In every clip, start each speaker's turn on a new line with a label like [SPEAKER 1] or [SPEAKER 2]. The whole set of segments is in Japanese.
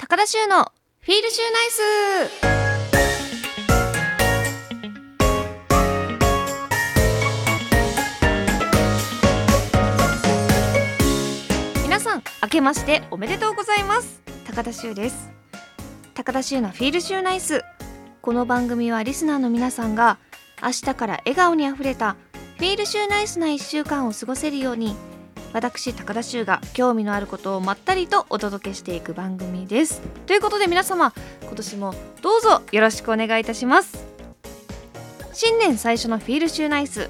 [SPEAKER 1] 高田修のフィールシューナイス皆さん明けましておめでとうございます高田修です高田修のフィールシューナイスこの番組はリスナーの皆さんが明日から笑顔にあふれたフィールシューナイスな1週間を過ごせるように私高田修が興味のあることをまったりとお届けしていく番組ですということで皆様今年もどうぞよろしくお願いいたします新年最初のフィールシューナイス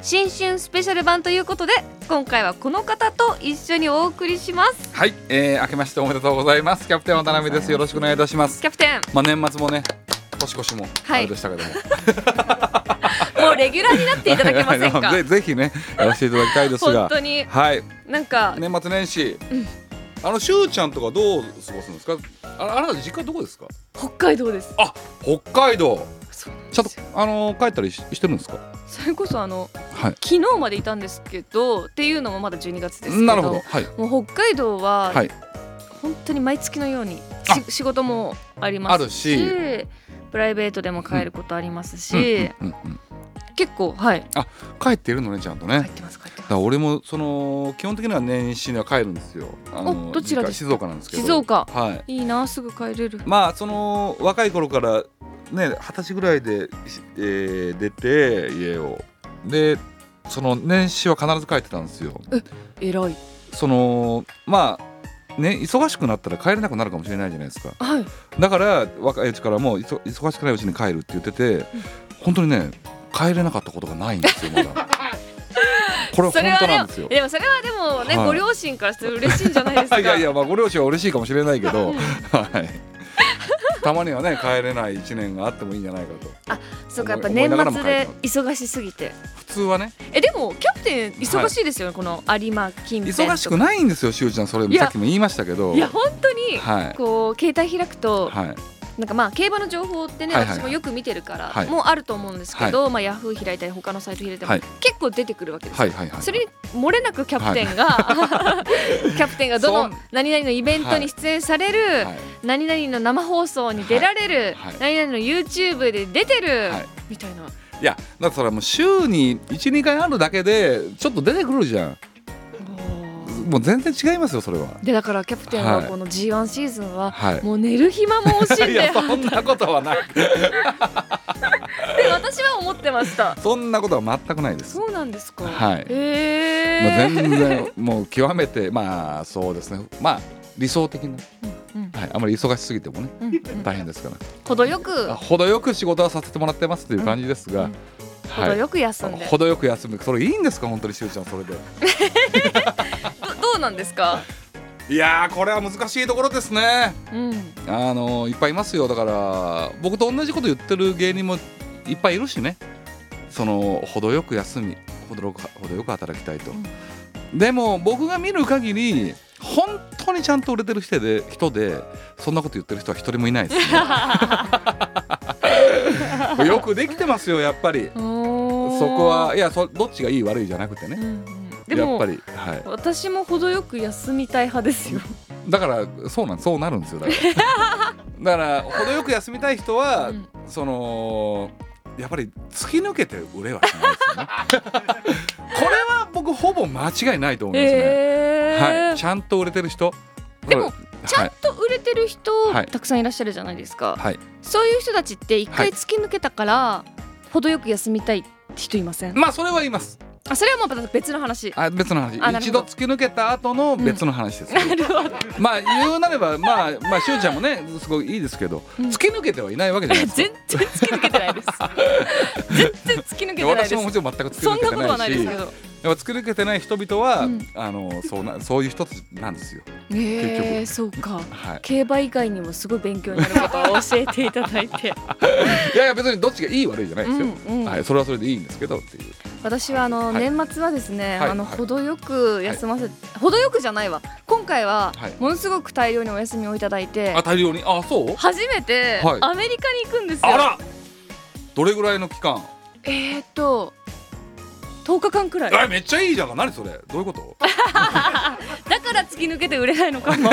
[SPEAKER 1] 新春スペシャル版ということで今回はこの方と一緒にお送りします
[SPEAKER 2] はい、えー、明けましておめでとうございます。キャプテン渡辺です。よろしくお願いいたします。
[SPEAKER 1] キャプテン
[SPEAKER 2] まあ年末もね、年越しも
[SPEAKER 1] は
[SPEAKER 2] あ
[SPEAKER 1] い
[SPEAKER 2] れでしたけども、
[SPEAKER 1] もうレギュラーになっていただけません か
[SPEAKER 2] ぜぜひね、やらせていただきたいです
[SPEAKER 1] 本
[SPEAKER 2] が、
[SPEAKER 1] 当に
[SPEAKER 2] はい、
[SPEAKER 1] なんか、
[SPEAKER 2] 年末年始、
[SPEAKER 1] うん
[SPEAKER 2] あのしゅうちゃんとかどう過ごすんですか。あ、あなた実家どこですか。
[SPEAKER 1] 北海道です
[SPEAKER 2] あ、北海道。
[SPEAKER 1] そうなんです
[SPEAKER 2] ちゃ
[SPEAKER 1] よ
[SPEAKER 2] んとあのー帰ったりししてるんですか。
[SPEAKER 1] それこそあの
[SPEAKER 2] はい。
[SPEAKER 1] 昨日までいたんですけどっていうのもまだ12月ですけど
[SPEAKER 2] なるほど。はい。
[SPEAKER 1] もう北海道は
[SPEAKER 2] はい。
[SPEAKER 1] 本当に毎月のように
[SPEAKER 2] あ
[SPEAKER 1] し仕事もあり
[SPEAKER 2] あ
[SPEAKER 1] ま
[SPEAKER 2] る
[SPEAKER 1] す
[SPEAKER 2] し。
[SPEAKER 1] しプライベートでも帰ることあります
[SPEAKER 2] うん
[SPEAKER 1] し、
[SPEAKER 2] うんうんうん
[SPEAKER 1] 結構はい
[SPEAKER 2] 帰ってるのねちゃんとね。
[SPEAKER 1] 帰ってます帰ってま
[SPEAKER 2] だか
[SPEAKER 1] す
[SPEAKER 2] ら俺もその基本的には年始には帰るんですよ。あの
[SPEAKER 1] おどちらで
[SPEAKER 2] 実家
[SPEAKER 1] す
[SPEAKER 2] 静岡なんですけど。
[SPEAKER 1] 静岡
[SPEAKER 2] はい。
[SPEAKER 1] いいなすぐ帰れる
[SPEAKER 2] まあその若い頃からね二十歳ぐらいで、しえー出て家をでその年始は必ず帰ってたんですよ。
[SPEAKER 1] 偉い
[SPEAKER 2] そのまあね忙しくなったら帰れなくなるかもしれないじゃないですか。
[SPEAKER 1] はい
[SPEAKER 2] だから若いうちからもういそ忙しくないうちに帰るって言ってて、本当にね帰れなかったことがないんですよま だ。これは
[SPEAKER 1] そ
[SPEAKER 2] 本
[SPEAKER 1] れは
[SPEAKER 2] 当
[SPEAKER 1] で
[SPEAKER 2] な
[SPEAKER 1] も
[SPEAKER 2] んですよ。
[SPEAKER 1] でもそれはでもね、
[SPEAKER 2] はい
[SPEAKER 1] ご両親からすると嬉しいんじゃないですか
[SPEAKER 2] いやいやまあご両親は嬉しいかもしれないけ
[SPEAKER 1] う
[SPEAKER 2] ど
[SPEAKER 1] ん、
[SPEAKER 2] はい。たまにはね帰れない一年があってもいいんじゃないかと。
[SPEAKER 1] そうかやっぱ
[SPEAKER 2] 思い
[SPEAKER 1] 年
[SPEAKER 2] ながらも
[SPEAKER 1] 末
[SPEAKER 2] 帰って
[SPEAKER 1] で
[SPEAKER 2] ます
[SPEAKER 1] 忙しすぎて
[SPEAKER 2] 普通はね
[SPEAKER 1] えでもキャプテン忙しいですよね、この有馬近辺とか
[SPEAKER 2] 忙しくないんですよしゅうちゃんそれも
[SPEAKER 1] いや
[SPEAKER 2] さっきも言いましたけど
[SPEAKER 1] いや本当に、
[SPEAKER 2] はい
[SPEAKER 1] こう携帯開くと、
[SPEAKER 2] はい
[SPEAKER 1] なんかまあ競馬の情報ってね、
[SPEAKER 2] はいはいはい
[SPEAKER 1] 私もよく見てるから、
[SPEAKER 2] はい
[SPEAKER 1] もうあると思うんですけど、まあヤフー開いたり他のサイト開いても、
[SPEAKER 2] はい
[SPEAKER 1] 結構出てくるわけですよ。
[SPEAKER 2] はいはいはい
[SPEAKER 1] それに漏れなくキャプテンが、 キャプテンがどの
[SPEAKER 2] そ
[SPEAKER 1] 何々のイベントに出演される、
[SPEAKER 2] はい
[SPEAKER 1] 何々の生放送に出られる、
[SPEAKER 2] はいはい
[SPEAKER 1] 何々の YouTube で出てる、
[SPEAKER 2] はい
[SPEAKER 1] みたいない
[SPEAKER 2] やだからそれはもう週に12回あるだけでちょっと出てくるじゃんもう全然違いますよそれは
[SPEAKER 1] でだからキャプテンは
[SPEAKER 2] はい
[SPEAKER 1] この G1 シーズンは、
[SPEAKER 2] はい
[SPEAKER 1] もう寝る暇も惜しん
[SPEAKER 2] い
[SPEAKER 1] で
[SPEAKER 2] やそんなことはない
[SPEAKER 1] って私は思ってました
[SPEAKER 2] そんなことは全くないです
[SPEAKER 1] そうなんですか
[SPEAKER 2] はい
[SPEAKER 1] えー
[SPEAKER 2] もう全然もう極めてまあそうですねまあ理想的な、
[SPEAKER 1] うん
[SPEAKER 2] はい、あまり忙しすぎてもね
[SPEAKER 1] うんうん
[SPEAKER 2] 大変ですから、
[SPEAKER 1] 程よく
[SPEAKER 2] あ程よく仕事はさせてもらってますという感じですが、
[SPEAKER 1] うんうん
[SPEAKER 2] はい
[SPEAKER 1] 程よく休んで、
[SPEAKER 2] 程よく休むそれいいんですか本当にしゅうちゃんそれで
[SPEAKER 1] どどうなんですか、
[SPEAKER 2] いやーこれは難しいところですね
[SPEAKER 1] うん、
[SPEAKER 2] あのーいっぱいいますよだから僕と同じこと言ってる芸人もいっぱいいるしねその程よく休み程よく程よく働きたいと、でも僕が見る限り本当にちゃんと売れてる人で人でそんなこと言ってる人は一人もいないです ねよくできてますよやっぱり
[SPEAKER 1] そ
[SPEAKER 2] そこ、はいやそどっちがいい悪いじゃなくて
[SPEAKER 1] う
[SPEAKER 2] ね
[SPEAKER 1] ん、うんで
[SPEAKER 2] やっぱ
[SPEAKER 1] も
[SPEAKER 2] り、はい、
[SPEAKER 1] 私も程よく休みたい派ですよ
[SPEAKER 2] だからそうなんそうなるんですよだから だから程よく休みたい人は、
[SPEAKER 1] うん
[SPEAKER 2] そのやっぱり突き抜けて売れはしないですよね これは僕ほぼ間違いないと思いますね、
[SPEAKER 1] えー
[SPEAKER 2] はい、ちゃんと売れてる人
[SPEAKER 1] でも
[SPEAKER 2] これ
[SPEAKER 1] ちゃ
[SPEAKER 2] は
[SPEAKER 1] ん
[SPEAKER 2] い
[SPEAKER 1] と売れてる人、
[SPEAKER 2] はい
[SPEAKER 1] たくさんいらっしゃるじゃないですか、
[SPEAKER 2] はい
[SPEAKER 1] そういう人たちって一
[SPEAKER 2] は
[SPEAKER 1] 回
[SPEAKER 2] い
[SPEAKER 1] 突き抜けたから、程よく休みたい人いません
[SPEAKER 2] まあそれは言います
[SPEAKER 1] あそれはもうまた別の話
[SPEAKER 2] あ別の話
[SPEAKER 1] あなるほ
[SPEAKER 2] 一
[SPEAKER 1] ど
[SPEAKER 2] 度突き抜けた後の別の話ですよ、
[SPEAKER 1] なるほど
[SPEAKER 2] まあ言うなればまあまあしゅうちゃんもねすごいいいですけど、
[SPEAKER 1] うん
[SPEAKER 2] 突き抜けてはいないわけじゃない
[SPEAKER 1] 全
[SPEAKER 2] ですか
[SPEAKER 1] 然突き抜けてないです 全然突き抜けてな
[SPEAKER 2] で
[SPEAKER 1] いで
[SPEAKER 2] 私
[SPEAKER 1] す
[SPEAKER 2] ももちろん全く突き
[SPEAKER 1] そ
[SPEAKER 2] 抜
[SPEAKER 1] ん
[SPEAKER 2] け
[SPEAKER 1] な
[SPEAKER 2] て
[SPEAKER 1] こと
[SPEAKER 2] な
[SPEAKER 1] はいない
[SPEAKER 2] し
[SPEAKER 1] ですけど
[SPEAKER 2] やっぱ作り抜けてない人々は、
[SPEAKER 1] うん
[SPEAKER 2] あのそ うなそういう人たちなんですよ。
[SPEAKER 1] えー、そうか
[SPEAKER 2] はい。
[SPEAKER 1] 競馬以外にもすごい勉強になることを教えていただいて、
[SPEAKER 2] いやいや別にどっちがいい悪いじゃないですよ。
[SPEAKER 1] うんうん
[SPEAKER 2] はい。それはそれでいいんですけどっていう。
[SPEAKER 1] 私はあの、
[SPEAKER 2] はい
[SPEAKER 1] 年末はですね、
[SPEAKER 2] はい
[SPEAKER 1] あの
[SPEAKER 2] はい
[SPEAKER 1] 程よく休ませ、程よくじゃないわ今回は
[SPEAKER 2] はい
[SPEAKER 1] ものすごく大量にお休みをいただいて、
[SPEAKER 2] あ大量にあそう。
[SPEAKER 1] 初めて
[SPEAKER 2] はい
[SPEAKER 1] アメリカに行くんですよ、
[SPEAKER 2] あらどれぐらいの期間？
[SPEAKER 1] えー、っと10日間くらい
[SPEAKER 2] えめっちゃいいじゃん。何それど ういうこと？
[SPEAKER 1] だから突き抜けて売れないのかも
[SPEAKER 2] い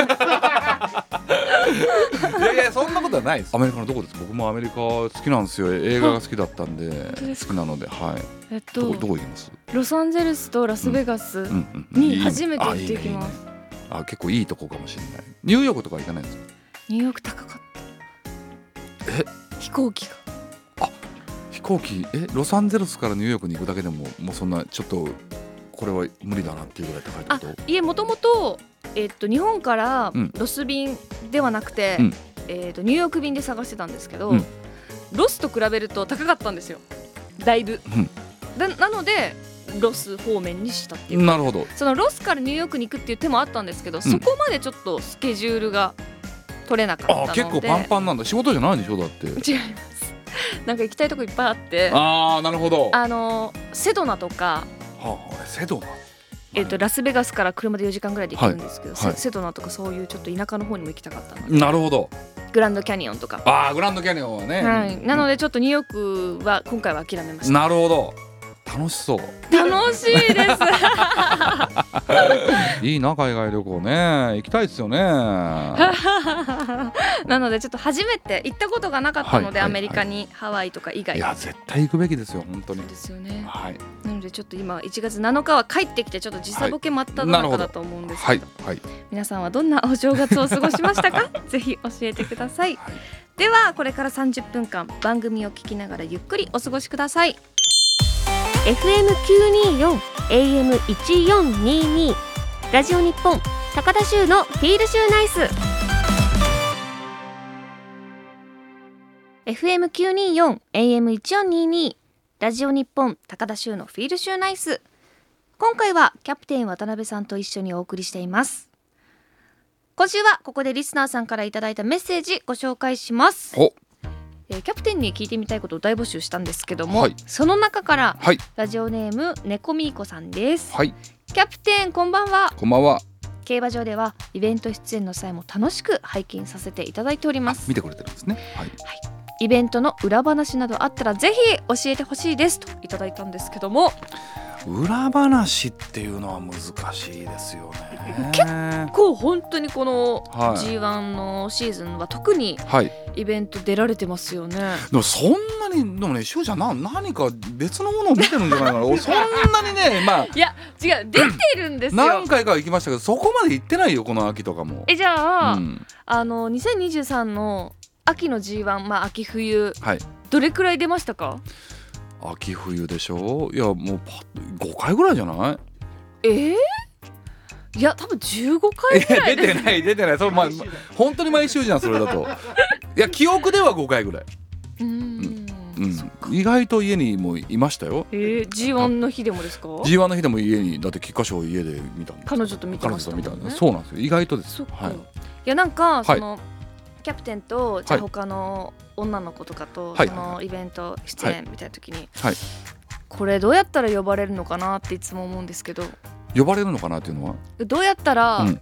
[SPEAKER 2] やいやそんなことはないですアメリカのどこです僕もアメリカ好きなんですよ映画が好きだったんで
[SPEAKER 3] 当です
[SPEAKER 2] 好きなのでは い
[SPEAKER 1] えっ
[SPEAKER 2] ど
[SPEAKER 1] と
[SPEAKER 2] こどこ行きます
[SPEAKER 1] ロサンゼルスとラスベガス、
[SPEAKER 2] うんうんうん
[SPEAKER 1] に
[SPEAKER 2] いいね
[SPEAKER 1] 初めて行って
[SPEAKER 2] あいいね
[SPEAKER 1] きます
[SPEAKER 2] いいねあ結構いいとこかもしれないニューヨークとか行かないんですか
[SPEAKER 1] ニューヨーク高かった飛行機が
[SPEAKER 2] 飛行機えロサンゼルスからニューヨークに行くだけでももうそんなちょっとこれは無理だなっていうぐらい高いってこと
[SPEAKER 1] いえもともと,、えっと日本から
[SPEAKER 2] うん
[SPEAKER 1] ロス便ではなくて、
[SPEAKER 2] うん
[SPEAKER 1] えっとニューヨーク便で探してたんですけど、
[SPEAKER 2] うん
[SPEAKER 1] ロスと比べると高かったんですよだいぶ、
[SPEAKER 2] うん
[SPEAKER 1] だなのでロス方面にしたっていう
[SPEAKER 2] なるほど
[SPEAKER 1] そのロスからニューヨークに行くっていう手もあったんですけど、そこまでちょっとスケジュールが取れなかったの
[SPEAKER 2] あ
[SPEAKER 1] で
[SPEAKER 2] 結構パンパンなんだ仕事じゃないでしょだって
[SPEAKER 1] 違いますなんか行きたいとこいっぱいあってあ
[SPEAKER 2] ああなるほどは
[SPEAKER 1] のセドナとか、
[SPEAKER 2] あはあセドナ
[SPEAKER 1] えっとラスベガスから車で4時間ぐらいで行けるんですけど、
[SPEAKER 2] はいはい
[SPEAKER 1] セセドナとかそういうちょっと田舎の方にも行きたかったので
[SPEAKER 2] なるほど
[SPEAKER 1] グランドキャニオンとか、
[SPEAKER 2] ああグランドキャニオンはね、
[SPEAKER 1] はい、なのでちょっとニューヨークは今回は諦めました
[SPEAKER 2] なるほど楽しそう
[SPEAKER 1] 楽しいです
[SPEAKER 2] いいな海外旅行ね行きたいですよね
[SPEAKER 1] なのでちょっと初めて行ったことがなかったので、
[SPEAKER 2] はいはいはい
[SPEAKER 1] アメリカにハワイとか以外
[SPEAKER 2] いや絶対行くべきですよ本当に
[SPEAKER 1] そうですよね
[SPEAKER 2] はい
[SPEAKER 1] なのでちょっと今1月7日は帰ってきてちょっと時差ボケ真っ只
[SPEAKER 2] はいなるほ
[SPEAKER 1] 中
[SPEAKER 2] ど
[SPEAKER 1] だと思うんですけど,、
[SPEAKER 2] はいはい
[SPEAKER 1] 皆さんはどんなお正月を過ごしましたか ぜひ教えてください
[SPEAKER 2] はい
[SPEAKER 1] ではこれから30分間番組を聞きながらゆっくりお過ごしください
[SPEAKER 3] FM924 AM1422 ラジオ日本高田州のフィールシューナイス FM924 AM1422 ラジオ日本高田州のフィールシューナイス今回はキャプテン渡辺さんと一緒にお送りしています今週はここでリスナーさんからいただいたメッセージご紹介します
[SPEAKER 2] お
[SPEAKER 3] えーキャプテンに聞いてみたいことを大募集したんですけども、
[SPEAKER 2] はい
[SPEAKER 3] その中から
[SPEAKER 2] はい
[SPEAKER 3] ラジオネーム猫みーこさんです
[SPEAKER 2] はい
[SPEAKER 3] キャプテンこんばんは
[SPEAKER 2] こんばんは
[SPEAKER 3] 競馬場ではイベント出演の際も楽しく拝見させていただいております
[SPEAKER 2] 見てくれてるんですねはい
[SPEAKER 3] イベントの裏話などあったらぜひ教えてほしいですといただいたんですけども
[SPEAKER 2] 裏話っていうのは難しいですよね結
[SPEAKER 1] こう本当にこの
[SPEAKER 2] はい
[SPEAKER 1] G1 のシーズンは特に
[SPEAKER 2] はい
[SPEAKER 1] イベント出られてますよね、
[SPEAKER 2] でもそんなにでもねしおちゃんな何か別のものを見てるんじゃないか な俺そんなにねまあ
[SPEAKER 1] 違う出てるんですよ
[SPEAKER 2] 何回かは行きましたけどそこまで行ってないよこの秋とかも
[SPEAKER 1] えじゃあ、
[SPEAKER 2] うん
[SPEAKER 1] あの2023の秋の G1 まあ秋冬、
[SPEAKER 2] はい
[SPEAKER 1] どれくらい出ましたか
[SPEAKER 2] 秋冬でしょいやもうパッ5回ぐらいじ ゃない
[SPEAKER 1] えー、いや多分15
[SPEAKER 2] い
[SPEAKER 1] 回ぐ
[SPEAKER 2] や
[SPEAKER 1] らい
[SPEAKER 2] 出
[SPEAKER 1] で
[SPEAKER 2] てない出てないそれ、 まあ、本当に毎週じゃんそれだといや記憶では5回ぐらい、
[SPEAKER 1] うー
[SPEAKER 2] うんん、意外と家にもいましたよ
[SPEAKER 1] えー、G1 の日でもですか
[SPEAKER 2] G1 の日でも家にだって菊花賞家で見たもん
[SPEAKER 1] 彼女と見てましたもんね
[SPEAKER 2] 彼女と見そうなんですよ意外とです
[SPEAKER 1] そっか、
[SPEAKER 2] はいい、、
[SPEAKER 1] やなんか
[SPEAKER 2] い
[SPEAKER 1] その、キャプテンとじゃあ
[SPEAKER 2] はい
[SPEAKER 1] 他の女の子とかと、
[SPEAKER 2] はい
[SPEAKER 1] そのイベント出演みたいな時に、
[SPEAKER 2] はい
[SPEAKER 1] これどうやったら呼ばれるのかなっていつも思うんですけど
[SPEAKER 2] 呼ばれるのかなっていうのは、
[SPEAKER 1] どうやったら、
[SPEAKER 2] うん、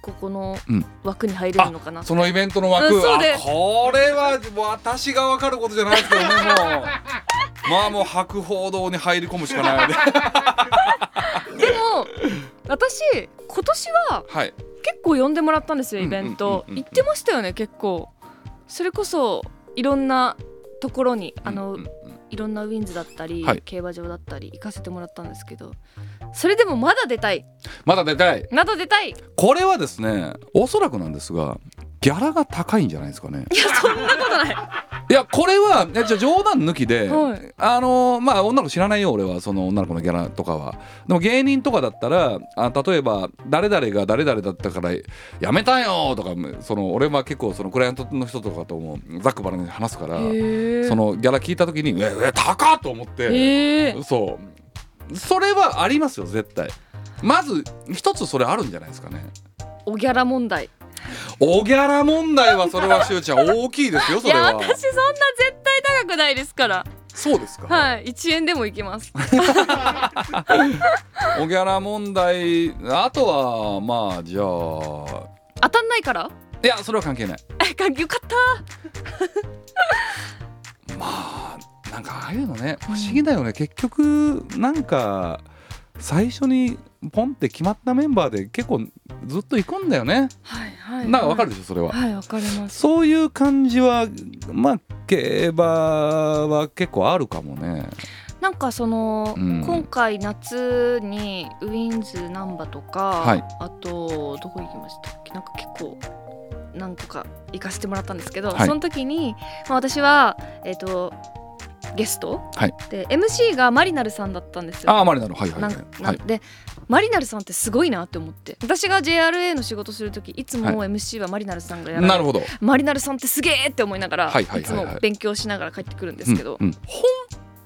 [SPEAKER 1] ここの
[SPEAKER 2] うん
[SPEAKER 1] 枠に入れるのかな、
[SPEAKER 2] そのイベントの枠、
[SPEAKER 1] うんそう
[SPEAKER 2] あ
[SPEAKER 1] です
[SPEAKER 2] これは私が分かることじゃないですけど ねもうまあもう博報堂に入り込むしかな いね
[SPEAKER 1] でも私今年は
[SPEAKER 2] はい
[SPEAKER 1] 結構呼んでもらったんですよイベント
[SPEAKER 2] うんうんうんうん
[SPEAKER 1] 行ってましたよね結構それこそいろんなところにあの、
[SPEAKER 2] うんうんうん
[SPEAKER 1] いろんなウィンズだったり、
[SPEAKER 2] はい
[SPEAKER 1] 競馬場だったり行かせてもらったんですけどそれでもまだ出たい
[SPEAKER 2] まだ出たい
[SPEAKER 1] まだ出たいい
[SPEAKER 2] これはですねおそらくなんですがギャラが高いんじゃないですかね
[SPEAKER 1] やそんなことないはい
[SPEAKER 2] やこれはえじゃあ冗談抜きで、
[SPEAKER 1] はい
[SPEAKER 2] あのーまあ女の子知らないよ俺はその女の子のギャラとかはでも芸人とかだったらあ例えば誰々が誰々だったからやめたよとかその俺は結構そのクライアントの人とかともざっくばらんに話すから
[SPEAKER 1] いへ
[SPEAKER 2] そのギャラ聞いた時に「ええ高っ!」と思って
[SPEAKER 1] え
[SPEAKER 2] そうそれはありますよ絶対まず一つそれあるんじゃないですかね
[SPEAKER 1] おギャラ問題
[SPEAKER 2] おギャラ問題はそれはしおちゃん大きいですよ
[SPEAKER 1] い
[SPEAKER 2] それ
[SPEAKER 1] や私
[SPEAKER 2] は
[SPEAKER 1] そんな絶対高くないですから
[SPEAKER 2] そうですか
[SPEAKER 1] はい1円でも行きます
[SPEAKER 2] おギャラ問題あとはまあじゃあ
[SPEAKER 1] 当たんない から
[SPEAKER 2] いやそれは関係ない
[SPEAKER 1] よかった
[SPEAKER 2] まあなんかああいうのね不思議だよね、結局なんか最初にポンって決まったメンバーで結構ずっと行くんだよね、
[SPEAKER 1] はいはい
[SPEAKER 2] なんかわかるでしょそれは、
[SPEAKER 1] はいわかります
[SPEAKER 2] そういう感じはまあ競馬は結構あるかもね
[SPEAKER 1] なんかその、
[SPEAKER 2] うん
[SPEAKER 1] 今回夏にウィンズ難波とか、
[SPEAKER 2] はい
[SPEAKER 1] あとどこ行きましたっけなんか結構何個か行かせてもらったんですけど、
[SPEAKER 2] はい
[SPEAKER 1] その時に、まあ、私はえっ、とゲスト、
[SPEAKER 2] はい
[SPEAKER 1] で MC がマリナルさんだったんですよ。
[SPEAKER 2] ああマリナのはいはい
[SPEAKER 1] な
[SPEAKER 2] は
[SPEAKER 1] ん
[SPEAKER 2] い
[SPEAKER 1] な
[SPEAKER 2] は
[SPEAKER 1] ん
[SPEAKER 2] い
[SPEAKER 1] でマリナルさんってすごいなって思って私が JRA の仕事する時いつも MC はマリナルさんがやられて
[SPEAKER 2] なるほど
[SPEAKER 1] マリナルさんってすげえって思いながら、
[SPEAKER 2] はい
[SPEAKER 1] い
[SPEAKER 2] はいはいはい
[SPEAKER 1] つも勉強しながら帰ってくるんですけど、
[SPEAKER 2] うんうん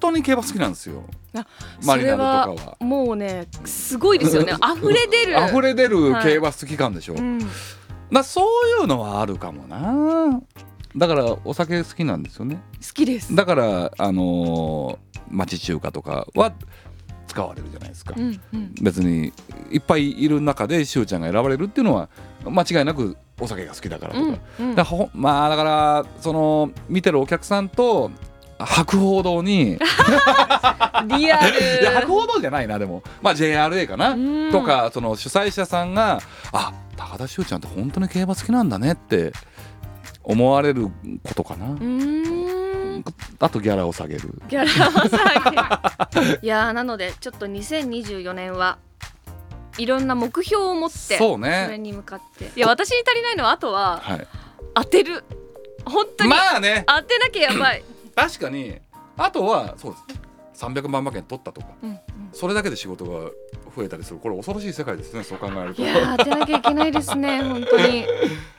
[SPEAKER 2] 本当に競馬好きなんですよ
[SPEAKER 1] あ
[SPEAKER 2] マリナルとか
[SPEAKER 1] そ
[SPEAKER 2] は
[SPEAKER 1] もうねすごいですよ ね溢れ出る
[SPEAKER 2] 溢れ出る
[SPEAKER 1] はい
[SPEAKER 2] 競馬好き感でしょ、
[SPEAKER 1] うん、
[SPEAKER 2] なそういうのはあるかもなだからお酒好きなんですよね
[SPEAKER 1] 好きです、
[SPEAKER 2] だからあのー町中華とかは使われるじゃないですか、
[SPEAKER 1] うんうん、
[SPEAKER 2] 別にいっぱいいる中でしゅうちゃんが選ばれるっていうのは間違いなくお酒が好きだからとか,、だか
[SPEAKER 1] うんうん
[SPEAKER 2] らほまあだからその見てるお客さんと博報 堂にい
[SPEAKER 1] リアル
[SPEAKER 2] や博報堂じゃないなでもまあ JRA かな、
[SPEAKER 1] うん
[SPEAKER 2] とかその主催者さんが「あ高田修ちゃんって本当に競馬好きなんだね」って思われることかな、
[SPEAKER 1] うーん
[SPEAKER 2] あとギャラを下げる
[SPEAKER 1] ギャラマサイいやーなのでちょっと2024年はいろんな目標を持って
[SPEAKER 2] そう
[SPEAKER 1] それ
[SPEAKER 2] ね
[SPEAKER 1] に向かっていや私に足りないのはあとは
[SPEAKER 2] はい
[SPEAKER 1] 当てる本当に、
[SPEAKER 2] まあね
[SPEAKER 1] 当てなきゃやばい、
[SPEAKER 2] 確かにあとはそうです300万馬券取ったとか
[SPEAKER 1] うんうん
[SPEAKER 2] それだけで仕事が増えたりするこれ恐ろしい世界ですねそう考える
[SPEAKER 1] い
[SPEAKER 2] と。
[SPEAKER 1] やー当てなきゃいけないですね本当に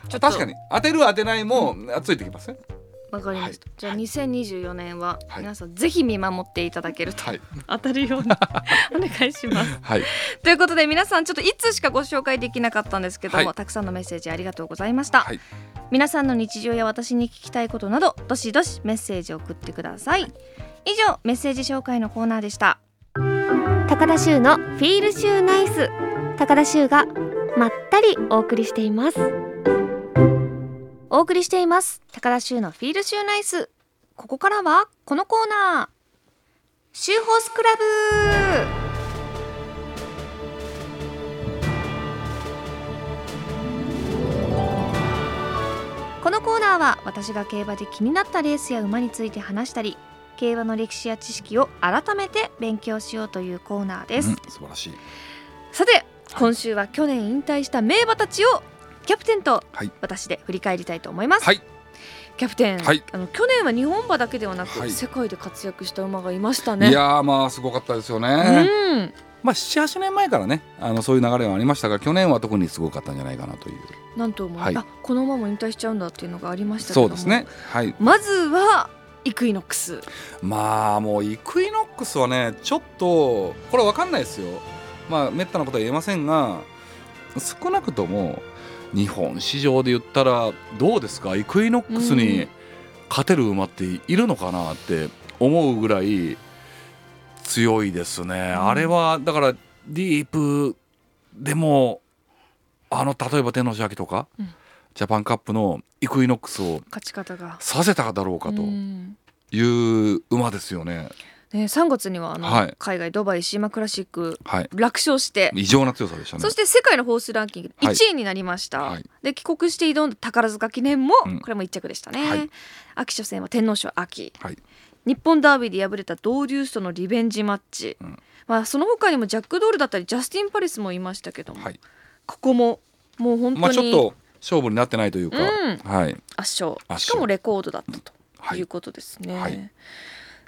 [SPEAKER 1] と
[SPEAKER 2] 確かに当てる当てないもついてきますね。
[SPEAKER 1] わかりました、じゃあ2024年は
[SPEAKER 2] はい
[SPEAKER 1] 皆さんぜひ見守っていただけ ると、
[SPEAKER 2] はい
[SPEAKER 1] 当たるようにお願いし ます
[SPEAKER 2] はい
[SPEAKER 1] ということで皆さんちょっといつしかご紹介できなかったんですけども、
[SPEAKER 2] はい
[SPEAKER 1] たくさんのメッセージありがとうございました、
[SPEAKER 2] はい
[SPEAKER 1] 皆さんの日常や私に聞きたいことなどどしどしメッセージを送ってください、以上メッセージ紹介のコーナーでした
[SPEAKER 3] 高田修のフィールシューナイス高田修がまったりお送りしていますお送りしています高田修のフィールシューナイスここからはこのコーナーシューホースクラブこのコーナーは私が競馬で気になったレースや馬について話したり競馬の歴史や知識を改めて勉強しようというコーナーです、
[SPEAKER 2] 素晴らしい。
[SPEAKER 1] さて今週は去年引退した名馬たちをキャプテンと
[SPEAKER 2] はい
[SPEAKER 1] 私で振り返りたいと思います、
[SPEAKER 2] はい
[SPEAKER 1] キャプテン、
[SPEAKER 2] はい
[SPEAKER 1] あの去年は日本馬だけではなく、
[SPEAKER 2] はい
[SPEAKER 1] 世界で活躍した馬がいましたね
[SPEAKER 2] いやーまあすごかったですよね。
[SPEAKER 1] うん、
[SPEAKER 2] まあ78年前からねあのそういう流れはありましたが去年は特にすごかったんじゃないかなという。
[SPEAKER 1] なんとも、
[SPEAKER 2] はい
[SPEAKER 1] あこの馬も引退しちゃうんだっていうのがありましたけど
[SPEAKER 2] そ
[SPEAKER 1] も
[SPEAKER 2] うですね。はい。
[SPEAKER 1] まずはイクイノックス
[SPEAKER 2] まあもうイクイノックスはねちょっとこれわかんないですよ。まあめったなことは言えませんが少なくとも日本市場で言ったらどうですかイクイノックス
[SPEAKER 1] う
[SPEAKER 2] に
[SPEAKER 1] ん
[SPEAKER 2] 勝てる馬っているのかなって思うぐらい強いですね。あれはだからディープでもあの例えば天皇賞とか、
[SPEAKER 1] うん
[SPEAKER 2] ジャパンカップのイクイノックスを
[SPEAKER 1] 勝ち方が
[SPEAKER 2] させただろうかと
[SPEAKER 1] うん
[SPEAKER 2] いう馬ですよね。
[SPEAKER 1] ね、3月にはあの、
[SPEAKER 2] はい
[SPEAKER 1] 海外ドバイシーマクラシック
[SPEAKER 2] はい
[SPEAKER 1] 楽勝して
[SPEAKER 2] 異常な強さでしたね。
[SPEAKER 1] そして世界のホースランキング
[SPEAKER 2] はい
[SPEAKER 1] 1位になりました、
[SPEAKER 2] はい
[SPEAKER 1] で帰国して挑んだ宝塚記念も、
[SPEAKER 2] うん
[SPEAKER 1] これも1着でしたね、
[SPEAKER 2] はい
[SPEAKER 1] 秋初戦は天皇賞秋、
[SPEAKER 2] はい
[SPEAKER 1] 日本ダービーで敗れたドーデュースとのリベンジマッチ、
[SPEAKER 2] うん
[SPEAKER 1] まあ、その他にもジャック・ドールだったりジャスティン・パレスもいましたけども、
[SPEAKER 2] はい
[SPEAKER 1] ここももう本当に、
[SPEAKER 2] まあちょっと勝負になってないというか、
[SPEAKER 1] うん
[SPEAKER 2] はい
[SPEAKER 1] 圧勝
[SPEAKER 2] 勝
[SPEAKER 1] しかもレコードだったと
[SPEAKER 2] は
[SPEAKER 1] いう
[SPEAKER 2] い
[SPEAKER 1] ことですね。
[SPEAKER 2] はい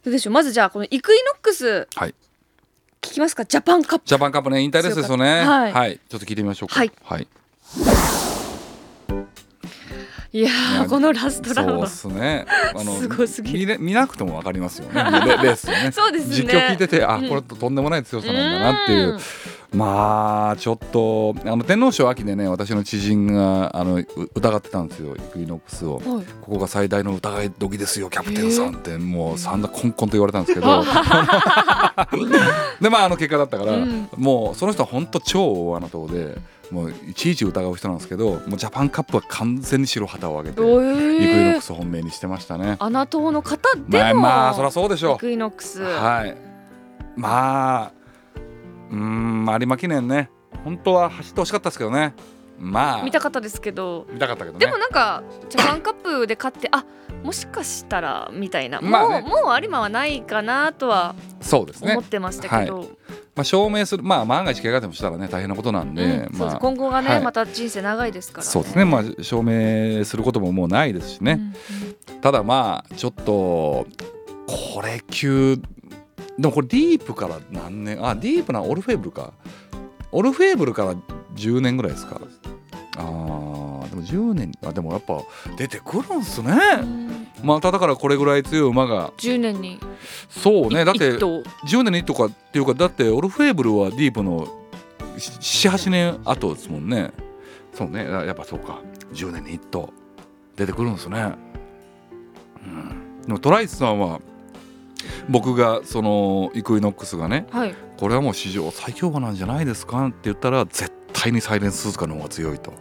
[SPEAKER 1] どうでしょうまずじゃあこのイクイノックス、
[SPEAKER 2] はい
[SPEAKER 1] 聞きますかジャパンカップ
[SPEAKER 2] ジャパンカップね引退レースですよね。
[SPEAKER 1] 強かったは
[SPEAKER 2] はいい、ちょっと聞いてみましょうか。
[SPEAKER 1] はい
[SPEAKER 2] はい、
[SPEAKER 1] いや
[SPEAKER 2] い
[SPEAKER 1] ー
[SPEAKER 2] や
[SPEAKER 1] このラストラウン
[SPEAKER 2] そう
[SPEAKER 1] ド
[SPEAKER 2] ですね。あ
[SPEAKER 1] すごすぎる
[SPEAKER 2] 見れ見なくてもわかりますよね。レレースを ね。
[SPEAKER 1] そうですね
[SPEAKER 2] 実況聞いててあ
[SPEAKER 1] うん
[SPEAKER 2] これとんでもない強さなんだなっていう。
[SPEAKER 1] うん
[SPEAKER 2] まあちょっとあの天皇賞秋でね私の知人があのう疑ってたんですよイクイノックスを。
[SPEAKER 1] はい
[SPEAKER 2] ここが最大の疑い時ですよキャプテンさんってもう散々コンコンと言われたんですけ
[SPEAKER 1] あ
[SPEAKER 2] どでまああの結果だったから、
[SPEAKER 1] うん
[SPEAKER 2] もうその人は本当超大穴党でもういちいち疑う人なんですけどもうジャパンカップは完全に白旗を上げて、イクイノッ
[SPEAKER 1] え
[SPEAKER 2] クスを本命にしてましたね。
[SPEAKER 1] アナ島の方でも、
[SPEAKER 2] まあまあそりゃそうでしょ
[SPEAKER 1] イクイノックス、
[SPEAKER 2] う。はいまあうーん有馬記念ね本当は走ってほしかったですけどねまあ
[SPEAKER 1] 見たかったですけど
[SPEAKER 2] 見たかったけどね
[SPEAKER 1] でもなんかジャパンカップで勝ってあもしかしたらみたいな、
[SPEAKER 2] まあね
[SPEAKER 1] もうもう有馬はないかなとは
[SPEAKER 2] そうですね
[SPEAKER 1] 思っ、てましたけど、
[SPEAKER 2] まあ、証明するまあ万が一怪我でもしたらね大変なことなんで、
[SPEAKER 1] うんそう
[SPEAKER 2] ま
[SPEAKER 1] です
[SPEAKER 2] あ
[SPEAKER 1] 今後がね、
[SPEAKER 2] はい
[SPEAKER 1] また人生長いですから、
[SPEAKER 2] そうですね、まあ、証明することももうないですしね、
[SPEAKER 1] うん
[SPEAKER 2] ただまあちょっとこれ級でもこれディープから何年あディープなオルフェーブルかオルフェーブルから10年ぐらいですかあーでも10年あでもやっぱ出てくるんすね
[SPEAKER 1] うん
[SPEAKER 2] まただからこれぐらい強い馬が
[SPEAKER 1] 10年に
[SPEAKER 2] そうねだって
[SPEAKER 1] 1
[SPEAKER 2] 10
[SPEAKER 1] 頭
[SPEAKER 2] 年に1とかっていうかだってオルフェーブルはディープの78年後ですもんねそうねややっぱそうか10年に1頭出てくるんですね、うん、でもトライスさんは僕がそのイクイノックスがね
[SPEAKER 1] はい
[SPEAKER 2] これはもう史上最強馬なんじゃないですかって言ったら絶対にサイレンススズカの方が強い と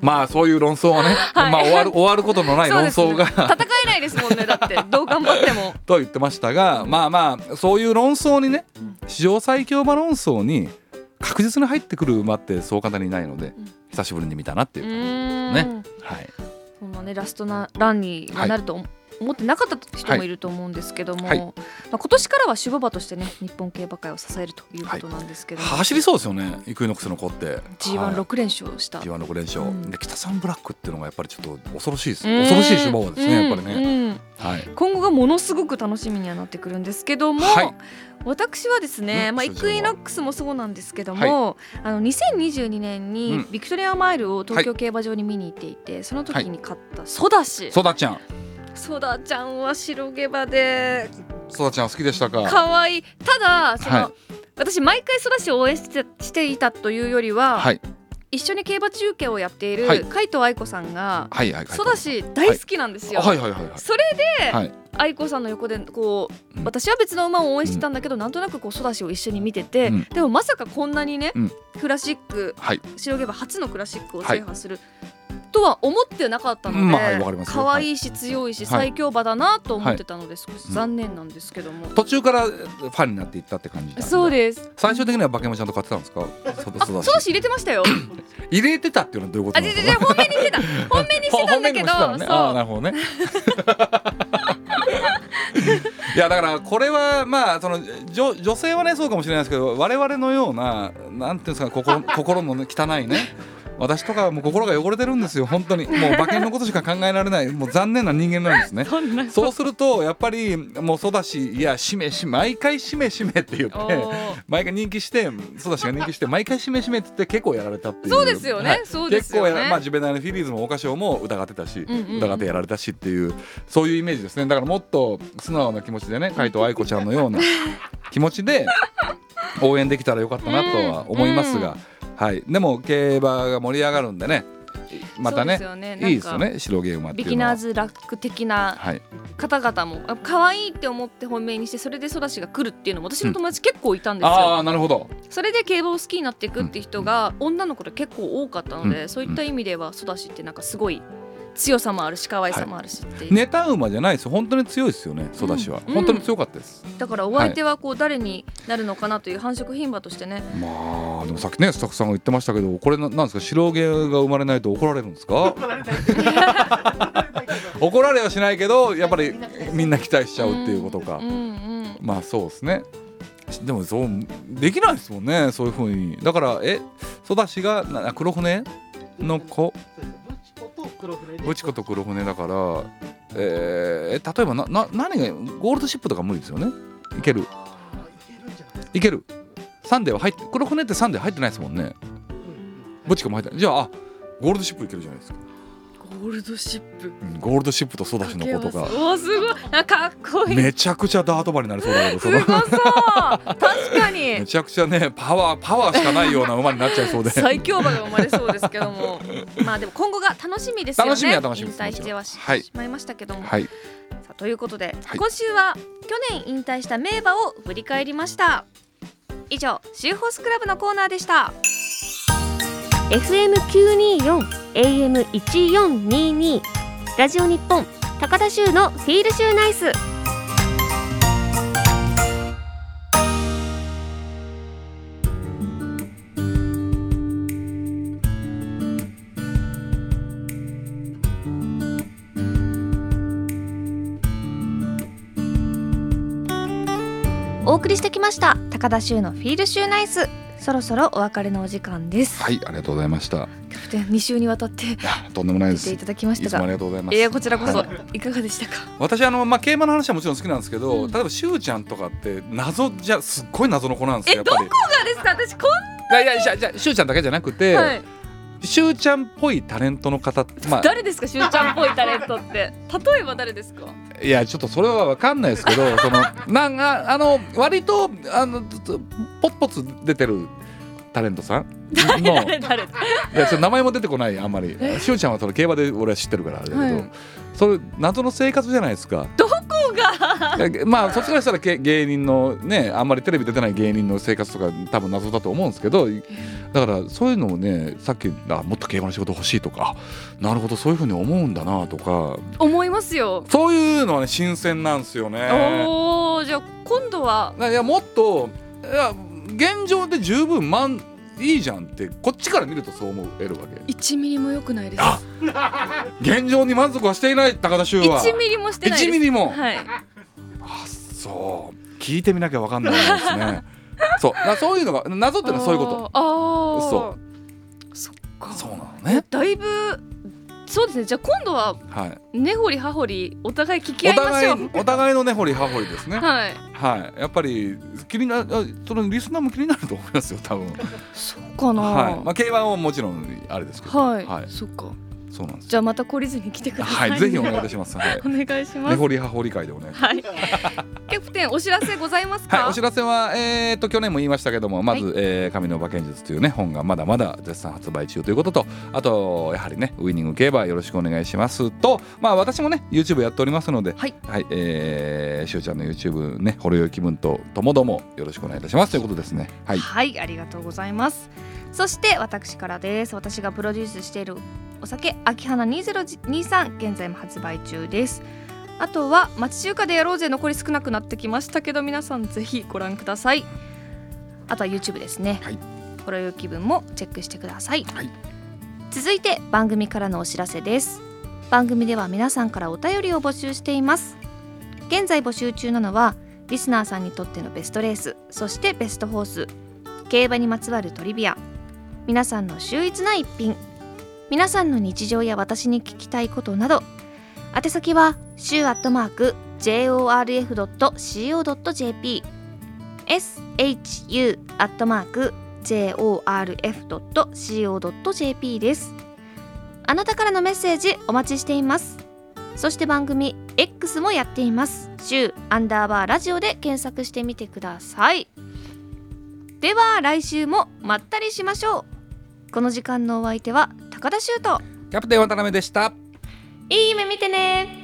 [SPEAKER 2] まあそういう論争はね、
[SPEAKER 1] はい
[SPEAKER 2] まあ終わる終わることのない
[SPEAKER 1] そうで
[SPEAKER 2] 論
[SPEAKER 1] すね
[SPEAKER 2] 争が
[SPEAKER 1] 戦えないですもんねだってどう頑張っても
[SPEAKER 2] と言ってましたがまあまあそういう論争にね史上最強馬論争に確実に入ってくる馬ってそう簡単にいないので
[SPEAKER 1] うん
[SPEAKER 2] 久しぶりに見たなって
[SPEAKER 1] う
[SPEAKER 2] いう感じ、
[SPEAKER 1] ーん
[SPEAKER 2] ねはい、
[SPEAKER 1] そんなねラストなランにはなると思思ってなかった人もいると思うんですけども、
[SPEAKER 2] はい
[SPEAKER 1] まあ、今年からは守護馬としてね日本競馬界を支えるということなんですけども、
[SPEAKER 2] 走りそうですよねイクイノックスの子ってはい
[SPEAKER 1] G16 連勝した、
[SPEAKER 2] G1 6連勝、
[SPEAKER 1] うん
[SPEAKER 2] で北さんブラックっていうのがやっぱりちょっと恐ろしいです
[SPEAKER 1] うん
[SPEAKER 2] 恐ろしい種馬はですねやっぱりね、
[SPEAKER 1] うんうん
[SPEAKER 2] はい
[SPEAKER 1] 今後がものすごく楽しみにはなってくるんですけども、
[SPEAKER 2] はい
[SPEAKER 1] 私はですね、
[SPEAKER 2] うん
[SPEAKER 1] まあ、イ
[SPEAKER 2] そちら
[SPEAKER 1] ク
[SPEAKER 2] は
[SPEAKER 1] イノックスもそうなんですけども、あの2022年
[SPEAKER 2] う
[SPEAKER 1] に
[SPEAKER 2] ん
[SPEAKER 1] ビクトリアマイルを東京競馬場に見に行っていて、その時に勝ったソダシ、
[SPEAKER 2] ソダちゃん
[SPEAKER 1] ソダちゃんは白毛馬で
[SPEAKER 2] ソダちゃん好きでしたか
[SPEAKER 1] 可愛いただその、
[SPEAKER 2] はい
[SPEAKER 1] 私毎回ソダシを応援してしていたというよりは、
[SPEAKER 2] はい
[SPEAKER 1] 一緒に競馬中継をやっている
[SPEAKER 2] はい
[SPEAKER 1] 海藤愛子さんが、
[SPEAKER 2] はいはいはい
[SPEAKER 1] ソダシ大好きなんですよ。
[SPEAKER 2] はいはいはいはい
[SPEAKER 1] それで、
[SPEAKER 2] はい
[SPEAKER 1] 愛子さんの横でこう、
[SPEAKER 2] うん
[SPEAKER 1] 私は別の馬を応援してたんだけど、なんとなくこうソダシを一緒に見てて、
[SPEAKER 2] うん
[SPEAKER 1] でもまさかこんなにね、
[SPEAKER 2] うん
[SPEAKER 1] クラシック
[SPEAKER 2] はい
[SPEAKER 1] 白毛馬初のクラシックを制覇する、とは思ってなかったので、
[SPEAKER 2] まあはいわかりますよ
[SPEAKER 1] 可愛いし強いし
[SPEAKER 2] はい
[SPEAKER 1] 最強馬だなと思ってたので少し残念なんですけども、
[SPEAKER 2] 途中からファンになっていったって感じなん
[SPEAKER 1] そうです
[SPEAKER 2] 最終的にはバケモンちゃんと買ってたんですかソダ
[SPEAKER 1] あ
[SPEAKER 2] ソ
[SPEAKER 1] ソ
[SPEAKER 2] ダ
[SPEAKER 1] ダ
[SPEAKER 2] シ
[SPEAKER 1] シ入れてましたよ
[SPEAKER 2] 入れてたっていうのはどういうこと
[SPEAKER 1] あ
[SPEAKER 2] な
[SPEAKER 1] 違うん
[SPEAKER 2] で
[SPEAKER 1] 違
[SPEAKER 2] す
[SPEAKER 1] う
[SPEAKER 2] か
[SPEAKER 1] 本命にしてた本命にしてたんだけど、
[SPEAKER 2] ほ本命にもしてたのねああ
[SPEAKER 1] そ
[SPEAKER 2] な
[SPEAKER 1] う
[SPEAKER 2] るほどね いやだからこれはまあその女女性はねそうかもしれないですけど我々のようななんていうんですか心心のね汚いね私とかはもう心が汚れてるんですよ本当にもう馬券のことしか考えられないもう残念な人間なんですね
[SPEAKER 1] そんな
[SPEAKER 2] そうするとやっぱりもうソダシいやしめし毎回しめしめって言っ
[SPEAKER 1] お
[SPEAKER 2] て
[SPEAKER 1] ー
[SPEAKER 2] 毎回人気してソダシが人気して毎回しめしめって言って結構やられたっていう
[SPEAKER 1] そうですよね、
[SPEAKER 2] はい
[SPEAKER 1] そうで
[SPEAKER 2] 結
[SPEAKER 1] すよ
[SPEAKER 2] 構
[SPEAKER 1] ね
[SPEAKER 2] やらまあジュベナイルフィリーズも岡賞も疑ってたし、
[SPEAKER 1] うんうんうん
[SPEAKER 2] 疑ってやられたしっていうそういうイメージですねだからもっと素直な気持ちでね海藤愛子ちゃんのよ うな気持ちで応援できたらよかったなとは思いますが、はい、でも競馬が盛り上がるんでねまた
[SPEAKER 1] そうで
[SPEAKER 2] ね
[SPEAKER 1] すよねなんか
[SPEAKER 2] いいですよね白ゲームって
[SPEAKER 1] ビ
[SPEAKER 2] いう
[SPEAKER 1] ギ
[SPEAKER 2] の
[SPEAKER 1] ナ
[SPEAKER 2] は
[SPEAKER 1] ー。ズラック的な
[SPEAKER 2] はい、
[SPEAKER 1] 方々もあ可愛いって思って本命にしてそれで育ちが来るっていうのも私の友達結構いたんです
[SPEAKER 2] あ
[SPEAKER 1] よ、
[SPEAKER 2] あなるほど
[SPEAKER 1] それで競馬を好きになっていくって人が女の子で結構多かったので、そういった意味では育ちってなんかすごい強さもあるし可愛さもあるしっていう、
[SPEAKER 2] ネタ馬じゃないです本当に強いですよねソダシは、
[SPEAKER 1] うん
[SPEAKER 2] 本当に強かったです、
[SPEAKER 1] だからお相手はこう誰になるのかなという繁殖牝馬としてね
[SPEAKER 2] まあでもさっきねスタッフさんが言ってましたけどこれななんですか白毛が生まれないと怒られるんですか
[SPEAKER 4] 怒られないけど怒られないけど
[SPEAKER 2] 怒られはしないけどやっぱりみんな期待しちゃうっていうことか、
[SPEAKER 1] うんうん
[SPEAKER 2] まあそうですねでもそうできないですもんねそういうふうにだからえソダシがな黒船の子
[SPEAKER 4] そうですブチコと黒船で
[SPEAKER 2] ブチコと黒船だからえー、例えばなな何がゴールドシップとか無理ですよねいける
[SPEAKER 4] あーいけるんじゃないですか
[SPEAKER 2] いけるサンデーは入って黒船ってサンデー入ってないですもんねブチコも入ってないじゃああゴールドシップいけるじゃないですか、
[SPEAKER 1] ゴールドシップ
[SPEAKER 2] うんゴールドシップとソダシの子と
[SPEAKER 1] 掛
[SPEAKER 2] か
[SPEAKER 1] け合わせうわすごいあかっこいい
[SPEAKER 2] めちゃくちゃダートバになりそうだけど
[SPEAKER 1] す
[SPEAKER 2] その
[SPEAKER 1] ごそう確か
[SPEAKER 2] め
[SPEAKER 1] に
[SPEAKER 2] ちゃくちゃ ねパワーパワーしかないような馬になっちゃいそう で
[SPEAKER 1] 最強馬が生まれそうですけどもまあでも今後が楽しみですよね
[SPEAKER 2] 楽しみは楽しみで
[SPEAKER 1] 引
[SPEAKER 2] す
[SPEAKER 1] 退してはし,、
[SPEAKER 2] はい
[SPEAKER 1] まいましたけども、
[SPEAKER 2] はい
[SPEAKER 1] さあということで、
[SPEAKER 2] はい
[SPEAKER 1] 今週は去年引退した名馬を振り返りました以上シーホースクラブのコーナーでした
[SPEAKER 3] FM924 AM1422 ラジオ日本高田州のフィールシューナイス
[SPEAKER 1] お送りしてきました高田修のフィールシューナイスそろそろお別れのお時間です、
[SPEAKER 2] はい、ありがとうございました。
[SPEAKER 1] キャプテン2週にわたって
[SPEAKER 2] いや、とんでもないで
[SPEAKER 1] 出て
[SPEAKER 2] す。
[SPEAKER 1] い
[SPEAKER 2] い
[SPEAKER 1] ただきまし
[SPEAKER 2] つ
[SPEAKER 1] た
[SPEAKER 2] もあ
[SPEAKER 1] が
[SPEAKER 2] りがとうございます。
[SPEAKER 1] いやこちらこそ
[SPEAKER 2] はい
[SPEAKER 1] いかがでしたか
[SPEAKER 2] 私あの、まあ、競馬の話はもちろん好きなんですけど、
[SPEAKER 4] うん
[SPEAKER 2] 例えばしゅうちゃんとかって謎じゃすっごい謎の子なんですよ
[SPEAKER 4] え
[SPEAKER 2] やっ
[SPEAKER 4] ど
[SPEAKER 2] ぱ
[SPEAKER 4] こ
[SPEAKER 2] り
[SPEAKER 4] がですか私こん
[SPEAKER 2] いやいやじゃじゃしゅうちゃんだけじゃなくて、
[SPEAKER 4] な、はい、
[SPEAKER 2] しゅうちゃんっぽいタレントの方まあ
[SPEAKER 4] 誰ですかしゅうちゃんっぽいタレントって例えば誰ですか
[SPEAKER 2] いやちょっとそれは分かんないですけ どそのなんかあの割とあのずっとポツポツ出てるタレントさんの
[SPEAKER 4] 誰誰
[SPEAKER 2] いやそれ名前も出てこないあんまりしゅうちゃんはその競馬で俺は知ってるからあれだけど、
[SPEAKER 4] はい
[SPEAKER 2] それ謎の生活じゃないですか。
[SPEAKER 4] こが
[SPEAKER 2] いや まあそっちからしたらけ芸人のねあんまりテレビ出てない芸人の生活とか多分謎だと思うんですけどだからそういうのをねさっきあもっと競馬の仕事欲しいとかあなるほどそういうふうに思うんだなとか
[SPEAKER 4] 思いますよ、
[SPEAKER 2] そういうのはね新鮮なんですよね。
[SPEAKER 4] おおじゃあ今度は
[SPEAKER 2] ないやもっといや現状で十分満いいじゃんってこっちから見るとそう思えるわけ
[SPEAKER 4] 1ミリも良くないです
[SPEAKER 2] あ現状に満足はしていない高田修は
[SPEAKER 4] 1ミリもしてないです
[SPEAKER 2] 1ミリも
[SPEAKER 4] はい
[SPEAKER 2] あそう聞いてみなきゃわかんないです ねそうだからそういうのが謎ってのはそういうこと
[SPEAKER 4] あーあー
[SPEAKER 2] そ
[SPEAKER 4] そっか
[SPEAKER 2] そうなのね。
[SPEAKER 4] だいぶそうですねじゃあ今度は
[SPEAKER 2] はい。
[SPEAKER 4] 根掘り葉掘りお互い聞き
[SPEAKER 2] お
[SPEAKER 4] 合いまし
[SPEAKER 2] 互
[SPEAKER 4] ょ
[SPEAKER 2] いうお互いのね掘り葉掘りですね。
[SPEAKER 4] はい
[SPEAKER 2] はい。やっぱり気になるあそのリスナーも気になると思いますよ多分。
[SPEAKER 4] そうかな
[SPEAKER 2] はい。まあ競馬ももちろんあれですけど。
[SPEAKER 4] はい、
[SPEAKER 2] はい。
[SPEAKER 4] そっか
[SPEAKER 2] そうなんです
[SPEAKER 4] じゃあまた懲りずに来てく
[SPEAKER 2] よ。
[SPEAKER 4] ださ、
[SPEAKER 2] はいい。ぜひお願いいたします。はい。
[SPEAKER 4] お願いしま
[SPEAKER 2] 根
[SPEAKER 4] す
[SPEAKER 2] 掘り葉掘り会でお願いします。
[SPEAKER 4] はいキャプテンお知らせございますか
[SPEAKER 2] はい、お知らせは、えー、と去年も言いましたけどもまず「えー神の馬券術」という、ね、本がまだまだ絶賛発売中ということとあとやはりねウイニング競馬よろしくお願いしますと、まあ、私もね YouTube やっておりますので、
[SPEAKER 4] はい
[SPEAKER 2] えーしおちゃんの YouTube ねほろ酔い気分とともどもよろしくお願いいたしますということですね。は
[SPEAKER 1] はいい、ありがとうございますそして私からです私がプロデュースしているお酒秋花2023現在も発売中ですあとは町中華でやろうぜ残り少なくなってきましたけど皆さんぜひご覧くださいあとは YouTube ですね
[SPEAKER 2] はい
[SPEAKER 1] ほろよ気分もチェックしてください、
[SPEAKER 2] はい
[SPEAKER 1] 続いて番組からのお知らせです番組では皆さんからお便りを募集しています現在募集中なのはリスナーさんにとってのベストレースそしてベストホース競馬にまつわるトリビア皆さんの秀逸な一品皆さんの日常や私に聞きたいことなど宛先は週アットマーク jorf.co.jp shu アットマーク jorf.co.jp ですあなたからのメッセージお待ちしていますそして番組 X もやっています週アンダーバーラジオで検索してみてくださいでは来週もまったりしましょうこの時間のお相手は高田修斗
[SPEAKER 2] キャプテン渡辺でした
[SPEAKER 1] いい夢見てね